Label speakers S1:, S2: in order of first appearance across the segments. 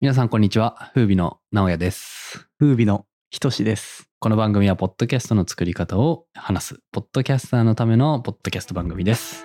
S1: 皆さんこんにちは風美の直哉です
S2: 風美のひとしです。
S1: この番組はポッドキャストの作り方を話すポッドキャスターのためのポッドキャスト番組です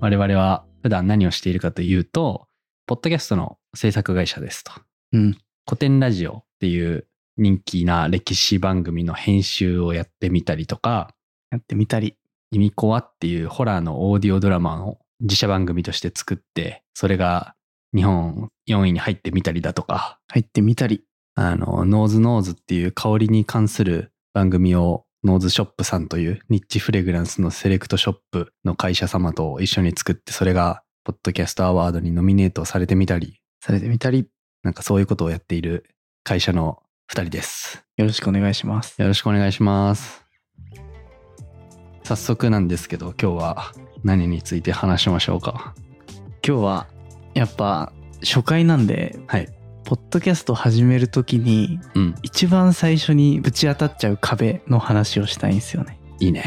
S1: 我々は普段何をしているかというとポッドキャストの制作会社ですと
S2: うん。
S1: 古典ラジオっていう人気な歴史番組の編集をやってみたりとか
S2: やってみたり。
S1: 「イミコワ」っていうホラーのオーディオドラマを自社番組として作ってそれが日本4位に入ってみたりだとか
S2: 入ってみたり。
S1: あのノーズノーズっていう香りに関する番組をノーズショップさんというニッチフレグランスのセレクトショップの会社様と一緒に作ってそれがポッドキャストアワードにノミネートされてみたり
S2: されてみたり。
S1: なんかそういうことをやっている会社の2人です。
S2: よろしくお願いします。
S1: よろしくお願いします。早速なんですけど、今日は何について話しましょうか。
S2: 今日は、やっぱ、初回なんで、
S1: はい。
S2: ポッドキャスト始めるときに、
S1: うん、
S2: 一番最初にぶち当たっちゃう壁の話をしたいんですよね。
S1: いいね。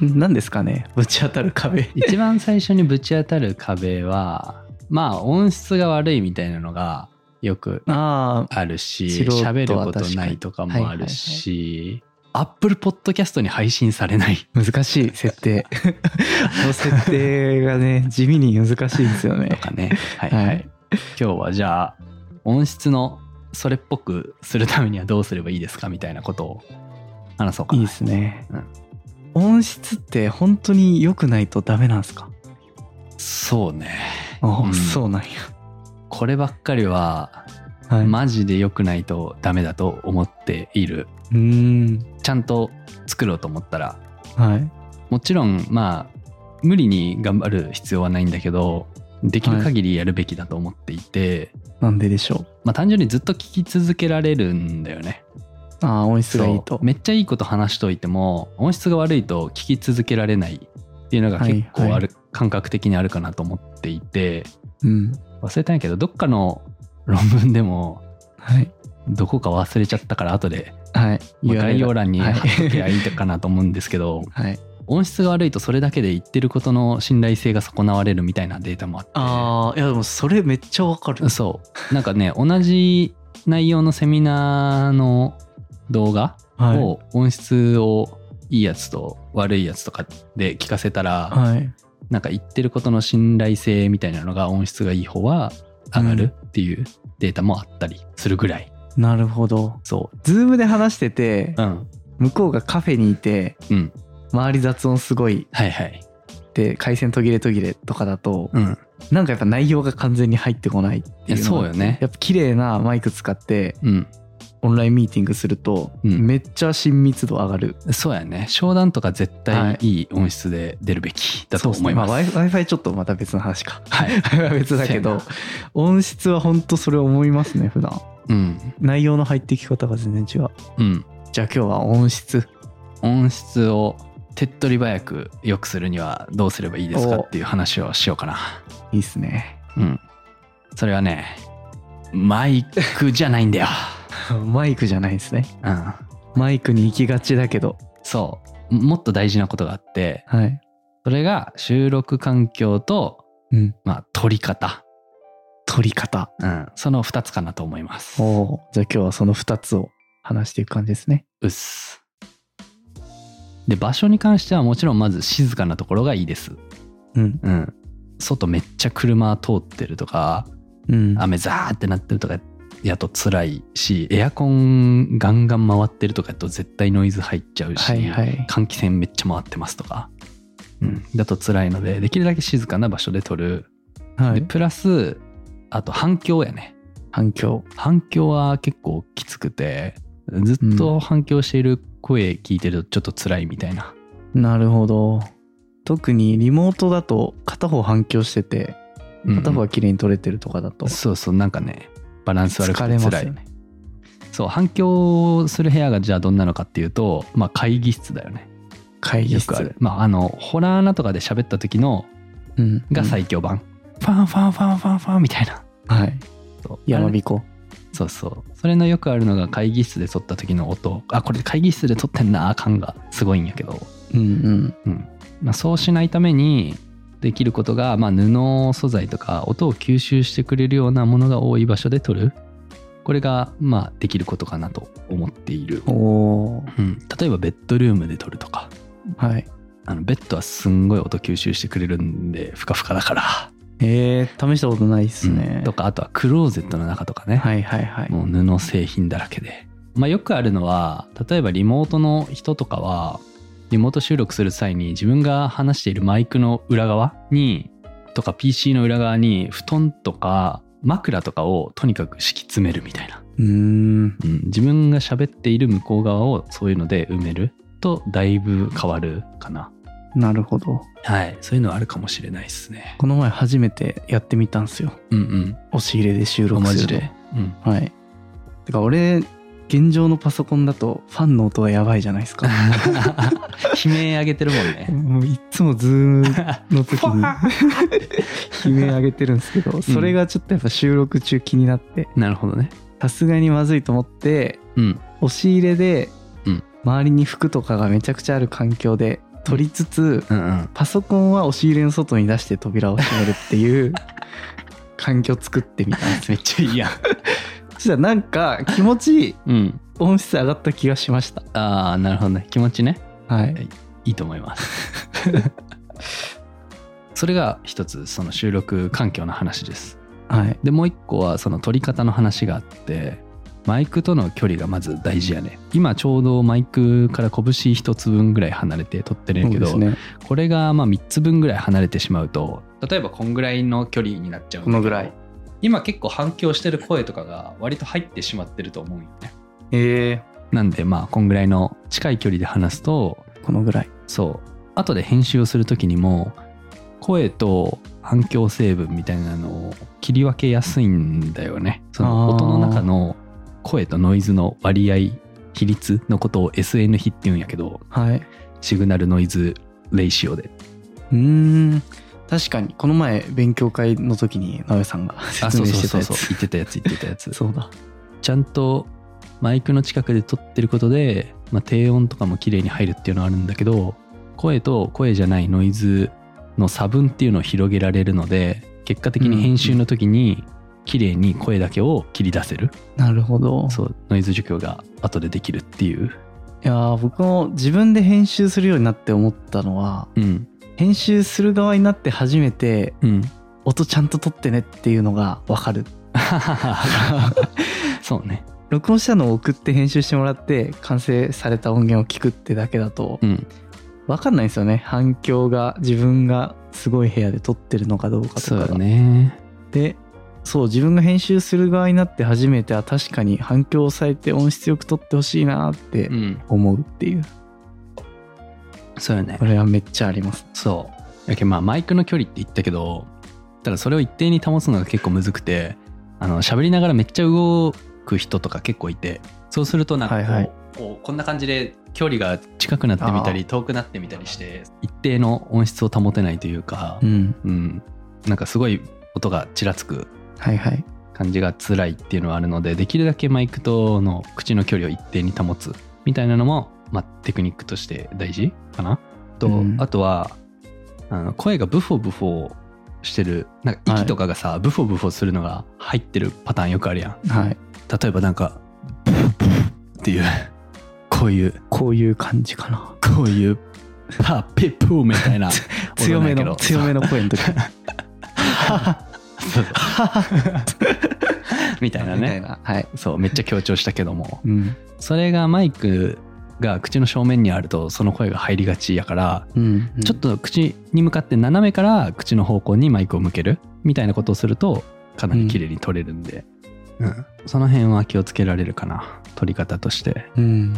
S2: 何ですかねぶち当たる壁。
S1: 一番最初にぶち当たる壁は、まあ音質が悪いみたいなのがよく
S2: あ
S1: あるし、
S2: 素人は
S1: 喋るこ
S2: 確
S1: と
S2: かに
S1: ないとかもあるし、Apple Podcast に配信されない。
S2: あ、難しい設定。この設定が ね、地味に難しいんですよ
S1: と
S2: ね。
S1: かね、はい
S2: は
S1: はいい、今日はじゃあ音質のそれっぽくするためにはどうすればいいですかみたいなことを話そうか
S2: い
S1: ない
S2: ですね。音質って本当に良くないとダメなんですか
S1: そうね
S2: あ、
S1: うん
S2: そうなんや。
S1: こればっかりは
S2: はい
S1: マジで良くないとダメだと思っている
S2: うーん。
S1: ちゃんと作ろうと思ったら
S2: はい。
S1: もちろんまあ無理に頑張る必要はないんだけどできる限りやるべきだと思っていて、
S2: なんででしょう。
S1: まあ単純にずっと聞き続けられるんだよね
S2: ああ、音質がいい
S1: そ
S2: と
S1: う。めっちゃいいこと話しといても音質が悪いと聞き続けられないっていうのが結構ある、
S2: はいは
S1: 感覚的にあるかなと思っていて
S2: うん。
S1: 忘れたんやけどどっかの論文でも
S2: はい。
S1: どこか忘れちゃったから後で
S2: はい。
S1: まあ
S2: URL
S1: 概要欄に
S2: はい
S1: 貼っときゃいいかなと思うんですけど、
S2: はい。
S1: 音質が悪いとそれだけで言ってることの信頼性が損なわれるみたいなデータもあって
S2: ああ、いやでもそれめっちゃわかる。
S1: そうなんかね同じ内容のセミナーの動画
S2: はい。
S1: を音質をいいやつと悪いやつとかで聞かせたら、
S2: はい。
S1: なんか言ってることの信頼性みたいなのが音質がいい方は上がるっていうデータもあったりするぐらい、
S2: なるほど。
S1: そ
S2: ズームで話してて
S1: う、うん
S2: 向こうがカフェにいて、
S1: うん
S2: 周り雑音すごい
S1: はいはい
S2: で回線途切れ途切れとかだと、
S1: うん
S2: なんかやっぱ内容が完全に入ってこないっていうのが
S1: いやそうよね
S2: やっぱ綺麗なマイク使って
S1: うん
S2: オンラインミーティングすると、
S1: うん
S2: めっちゃ親密度上がる
S1: そうやね商談とか絶
S2: は
S1: 対
S2: い
S1: いい音質で出るべきだと思います,、
S2: そうですねまあ、Wi- Wi-Fi ちょっとまた別の話か
S1: はい、
S2: 別だけど音質は本当それ思いますね普段
S1: うん
S2: 内容の入ってき方が全然違う
S1: うん
S2: じゃあ今日は音質
S1: 音質を手っ取り早く良くするにはどうすればいいですかっていう話をしようかない
S2: いっすね
S1: うん。それはね、マイクじゃないん だよ。
S2: マイクじゃないですね
S1: うん。
S2: マイクに行きがちだけど
S1: そう。もっと大事なことがあって、
S2: はい
S1: それが収録環境と、
S2: うん
S1: まあ、撮り方。
S2: 撮り方
S1: うん。その2つかなと思います。
S2: おおじゃあ今日はその2つを話していく感じですね
S1: うっす。で、場所に関してはもちろんまず静かなところがいいです。
S2: うん
S1: うん。外めっちゃ車通ってるとか、
S2: うん
S1: 雨ザーってなってるとかやと辛いし、エアコンガンガン回ってるとかやと絶対ノイズ入っちゃうし、
S2: はいはい
S1: 換気扇めっちゃ回ってますとか、うん、だと辛いのでできるだけ静かな場所で撮る、
S2: は
S1: で
S2: い
S1: プラスあと反響やね
S2: 反響
S1: 反響は結構きつくてずっと反響している声聞いてるとちょっと辛いみたいな、
S2: なるほど特にリモートだと片方反響してて
S1: うん
S2: 片方は綺麗に撮れてるとかだと
S1: そうそうなんかねバランス悪く
S2: 疲
S1: て
S2: れま
S1: 辛
S2: す
S1: い、
S2: よね
S1: そう反響する部屋がじゃあどんなのかっていうと、まあ、会議室だよね
S2: 会議
S1: よ
S2: 室
S1: くある、まあ、あのホラー穴とかで喋った時の
S2: うん、
S1: が
S2: うん
S1: 最強版、ファンファンファンファンファンみたいな
S2: はい
S1: そう
S2: やま
S1: あれ
S2: びこ
S1: そうそうそれのよくあるのが会議室で撮った時の音あこれ会議室で撮ってんなあ感がすごいんやけど、
S2: うんうん
S1: うん、まあ、そうしないためにできることが、まあ、布素材とか音を吸収してくれるようなものが多い場所で撮るこれが、まあ、できることかなと思っている、
S2: おー
S1: うん、例えばベッドルームで撮るとか
S2: はい。
S1: あのベッドはすんごい音吸収してくれるんでふかふかだから、
S2: えー、試したことないです
S1: う
S2: ね
S1: ん。とかあとはクローゼットの中とかね、
S2: はいはいはい。
S1: もう布製品だらけで、まあ、よくあるのは例えばリモートの人とかはリモート収録する際に自分が話しているマイクの裏側にとか PC の裏側に布団とか枕とかをとにかく敷き詰めるみたいな、
S2: うーん。
S1: うん、自分が喋っている向こう側をそういうので埋めるとだいぶ変わるかな
S2: なるほど。
S1: はいそういうのはあるかもしれないですね
S2: この前初めてやってみたんですよ。
S1: うん
S2: 押し入れで収
S1: うん
S2: 録
S1: マ
S2: す
S1: ジ
S2: るの。
S1: で、 うん、
S2: はい。てか俺、現状のパソコンだとファンの音がやばいじゃないですか。
S1: 悲鳴上げてるもんね
S2: もういっつもズームの時 に悲鳴上げてるんですけど、それがちょっとやっぱ収録中気になって、
S1: なるほどね
S2: さすがにまずいと思って、
S1: うん
S2: 押し入れで
S1: うん
S2: 周りに服とかがめちゃくちゃある環境で撮りつつ、
S1: うんうん
S2: パソコンは押し入れの外に出して扉を閉めるって いう環境作ってみたんです
S1: め
S2: ね
S1: っちゃいいやん。
S2: そしたらなんか気持ちいい
S1: うん。
S2: 音質上がった気がしました
S1: ああ、なるほどね。気持ちね。
S2: はい
S1: いいと思います。 それが一つ、その収録環境の話です。
S2: はい
S1: で、もう一個は、その撮り方の話があって、マイクとの距離がまず大事やね。今ちょうどマイクから拳一つ分ぐらい離れて撮ってるんやけど、
S2: そうですね
S1: これがまあ3つ分ぐらい離れてしまうと、例えばこんぐらいの距離になっちゃうんだけど
S2: このぐらい。
S1: 今結構反響してる声とかが割と入ってしまってると思うんよね。
S2: ええ
S1: なんでまあこんぐらいの近い距離で話すと
S2: このぐらい
S1: そう後で編集をする時にも声と反響成分みたいなのを切り分けやすいんだよねその
S2: あー
S1: 音の中の声とノイズの割合比率のことを SN 比って言うんやけど
S2: はい
S1: シグナルノイズレイシオで
S2: うーん確かにこの前勉強会の時になべさんが説明してたやつ
S1: 言ってたやつ言ってたやつ
S2: そうだ
S1: ちゃんとマイクの近くで撮ってることで、まあ、低音とかも綺麗に入るっていうのはあるんだけど声と声じゃないノイズの差分っていうのを広げられるので結果的に編集の時に綺麗に声だけを切り出せる、
S2: なるほど
S1: そうノイズ除去が後でできるっていう、
S2: いやー僕も自分で編集するようになって思ったのは
S1: うん
S2: 編集する側になって初めて
S1: うん、
S2: 音ちゃんと取ってねっていうのがわかる
S1: そうね、
S2: 録音したのを送って編集してもらって完成された音源を聞くってだけだと
S1: うん、
S2: わかんないんですよね反響が自分がすごい部屋で撮ってるのかどうかとか
S1: そう
S2: が
S1: よね
S2: でそう自分が編集する側になって初めては確かに反響を抑えて音質よく撮ってほしいなって
S1: うん
S2: 思うっていう
S1: そうよね
S2: これはめっちゃあります
S1: そう。やけんまあマイクの距離って言ったけど、ただそれを一定に保つのが結構むずくて、あの喋りながらめっちゃ動く人とか結構いて、そうするとなんかこう,、
S2: はいはい
S1: こうこんな感じで距離が近くなってみた
S2: あ
S1: り遠くなってみたりして、一定の音質を保てないというか
S2: う、ん
S1: うん、なんかすごい音がちらつく
S2: はいはい
S1: 感じが辛いっていうのはあるので、できるだけマイクとの口の距離を一定に保つみたいなのも、まあ、テクニックとして大事かな。と、
S2: うん
S1: あとはあの声がブフォブフォしてるなんか息とかがさ、ブフォブフォするのが入ってるパターンよくあるやん。
S2: はい
S1: 例えばなんかっていう こういう
S2: こういう感じかな
S1: こういうパペップーみたいな
S2: 強めの強め
S1: の
S2: の声の時
S1: みたいな
S2: みたい
S1: ね
S2: なはい
S1: そうめっちゃ強調したけども
S2: うん
S1: それがマイクが口の正面にあるとその声が入りがちやから
S2: うん
S1: ちょっと口に向かって斜めから口の方向にマイクを向けるみたいなことをするとかなり綺麗に撮れるんで、うんその辺は気をつけられるかな撮り方として。
S2: うん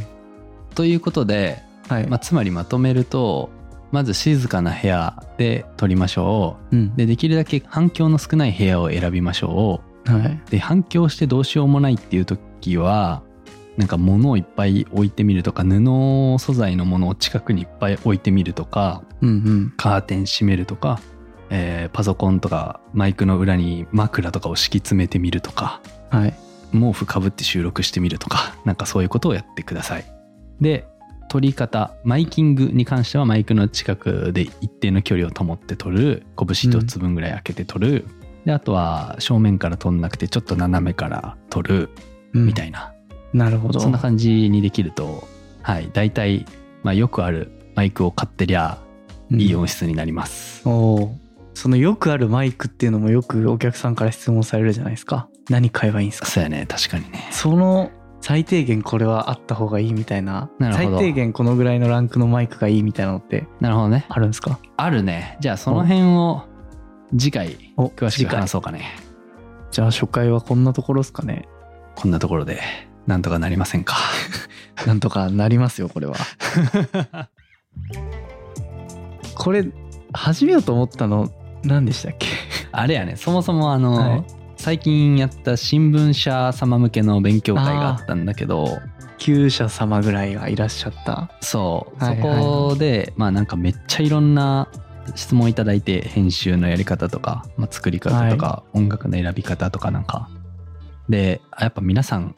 S1: ということで、
S2: はい
S1: まあ、つまりまとめるとまず静かな部屋で撮りましょ
S2: う
S1: う
S2: ん
S1: でできるだけ反響の少ない部屋を選びましょ
S2: は
S1: うで反響してどうしようもないっていう時はなんか物をいっぱい置いてみるとか布素材のものを近くにいっぱい置いてみるとか
S2: いうんうん
S1: カーテン閉めるとか、えーパソコンとかマイクの裏に枕とかを敷き詰めてみるとか
S2: はい
S1: 毛布かぶって収録してみるとかなんかそういうことをやってくださいで取り方マイキングに関してはマイクの近くで一定の距離を保って取る拳一つ分ぐらい開けて取る、であとは正面から取んなくてちょっと斜めから取るみた
S2: い
S1: いな、
S2: な。なるほど。
S1: そんな感じにできるとはい大体、まあ、よくあるマイクを買ってりゃいい
S2: うん
S1: 音質になります、
S2: おーそのよくあるマイクっていうのもよくお客さんから質問されるじゃないですか。何買えばいいんですか
S1: そうやね確かにね
S2: その最低限これはあった方がいいみたいな
S1: なるほど
S2: 最低限このぐらいのランクのマイクがいいみたいなのって
S1: なるほどね
S2: あるんですか
S1: あるねじゃあその辺を次回
S2: お
S1: 詳し
S2: 次
S1: く
S2: 回
S1: 話そうかね
S2: じゃあ初回はこんなところですかね
S1: こんなところでなんとかなりませんか
S2: なんとかなりますよこれはこれ始めようと思ったの何でしたっけ
S1: あれやねそもそもあの、
S2: はい
S1: 最近やった新聞社様向けの勉強会があったんだけど
S2: 旧社様ぐらいがいらっしゃった
S1: そう、
S2: はいはいは
S1: そ
S2: い
S1: こでまあなんかめっちゃいろんな質問いただいて編集のやり方とか、まあ、作り方とか、音楽の選び方とかなんかであやっぱ皆さん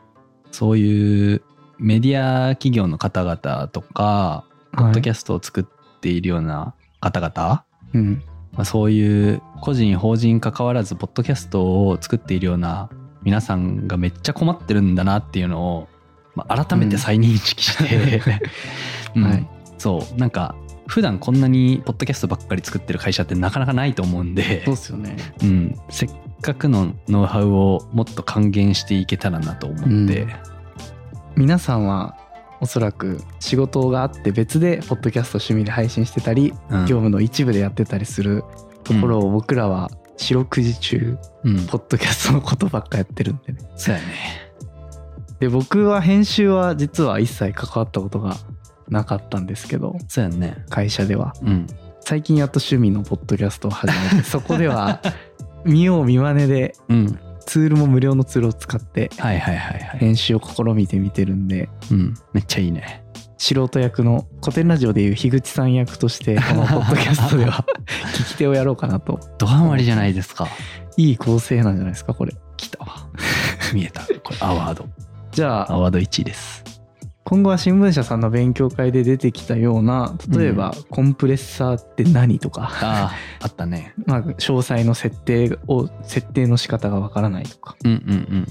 S1: そういうメディア企業の方々とかポッドキャストを作っているような方々、
S2: うん
S1: まあ、そういう個人法人関わらずポッドキャストを作っているような皆さんがめっちゃ困ってるんだなっていうのを、まあ、改めて再認識して、 うん
S2: はい
S1: そうなんか普段こんなにポッドキャストばっかり作ってる会社ってなかなかないと思うんで
S2: そうっすよね
S1: うん、せっかくのノウハウをもっと還元していけたらなと思って、
S2: うん皆さんはおそらく仕事があって別でポッドキャスト趣味で配信してたり
S1: うん
S2: 業務の一部でやってたりするところを僕らは四六時中
S1: うん
S2: ポッドキャストのことばっかやってるんでね
S1: そうやね
S2: で僕は編集は実は一切関わったことがなかったんですけど
S1: そうやね
S2: 会社では
S1: うん
S2: 最近やっと趣味のポッドキャストを始 めてそこでは見よう見まねで
S1: うん
S2: ツールも無料のツールを使って
S1: はいはいはいはい、
S2: 編集を試みてみてるんで
S1: うん、めっちゃいいね
S2: 素人役の古典ラジオでいう樋口さん役と してこのポッドキャストでは聞き手をやろうかなと
S1: ドハマりじゃない ですか
S2: いい構成なんじゃないですかこれ
S1: 来たわ見えたこれアワード
S2: じゃあ
S1: アワード1位です
S2: 今後は新聞社さんの勉強会で出てきたような例えばコンプレッサーって何 とか、
S1: あああったね
S2: まあ、詳細の設定を設定の仕方がわからないとか
S1: うんうんうん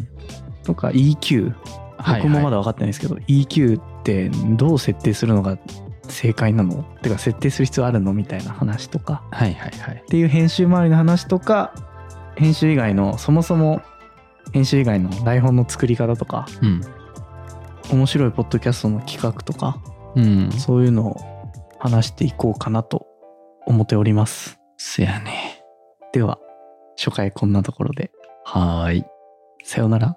S2: とか EQ
S1: はい
S2: 僕もまだ分かってないんですけど、EQ ってどう設定するのが正解なのてか設定する必要あるのみたいな話とか
S1: はいはいはい
S2: っていう編集周りの話とか編集以外のそもそも編集以外の台本の作り方とか
S1: うん
S2: 面白いポッドキャストの企画とか
S1: うん
S2: そういうのを話していこうかなと思っております
S1: せやね
S2: では初回こんなところで
S1: はーい
S2: さようなら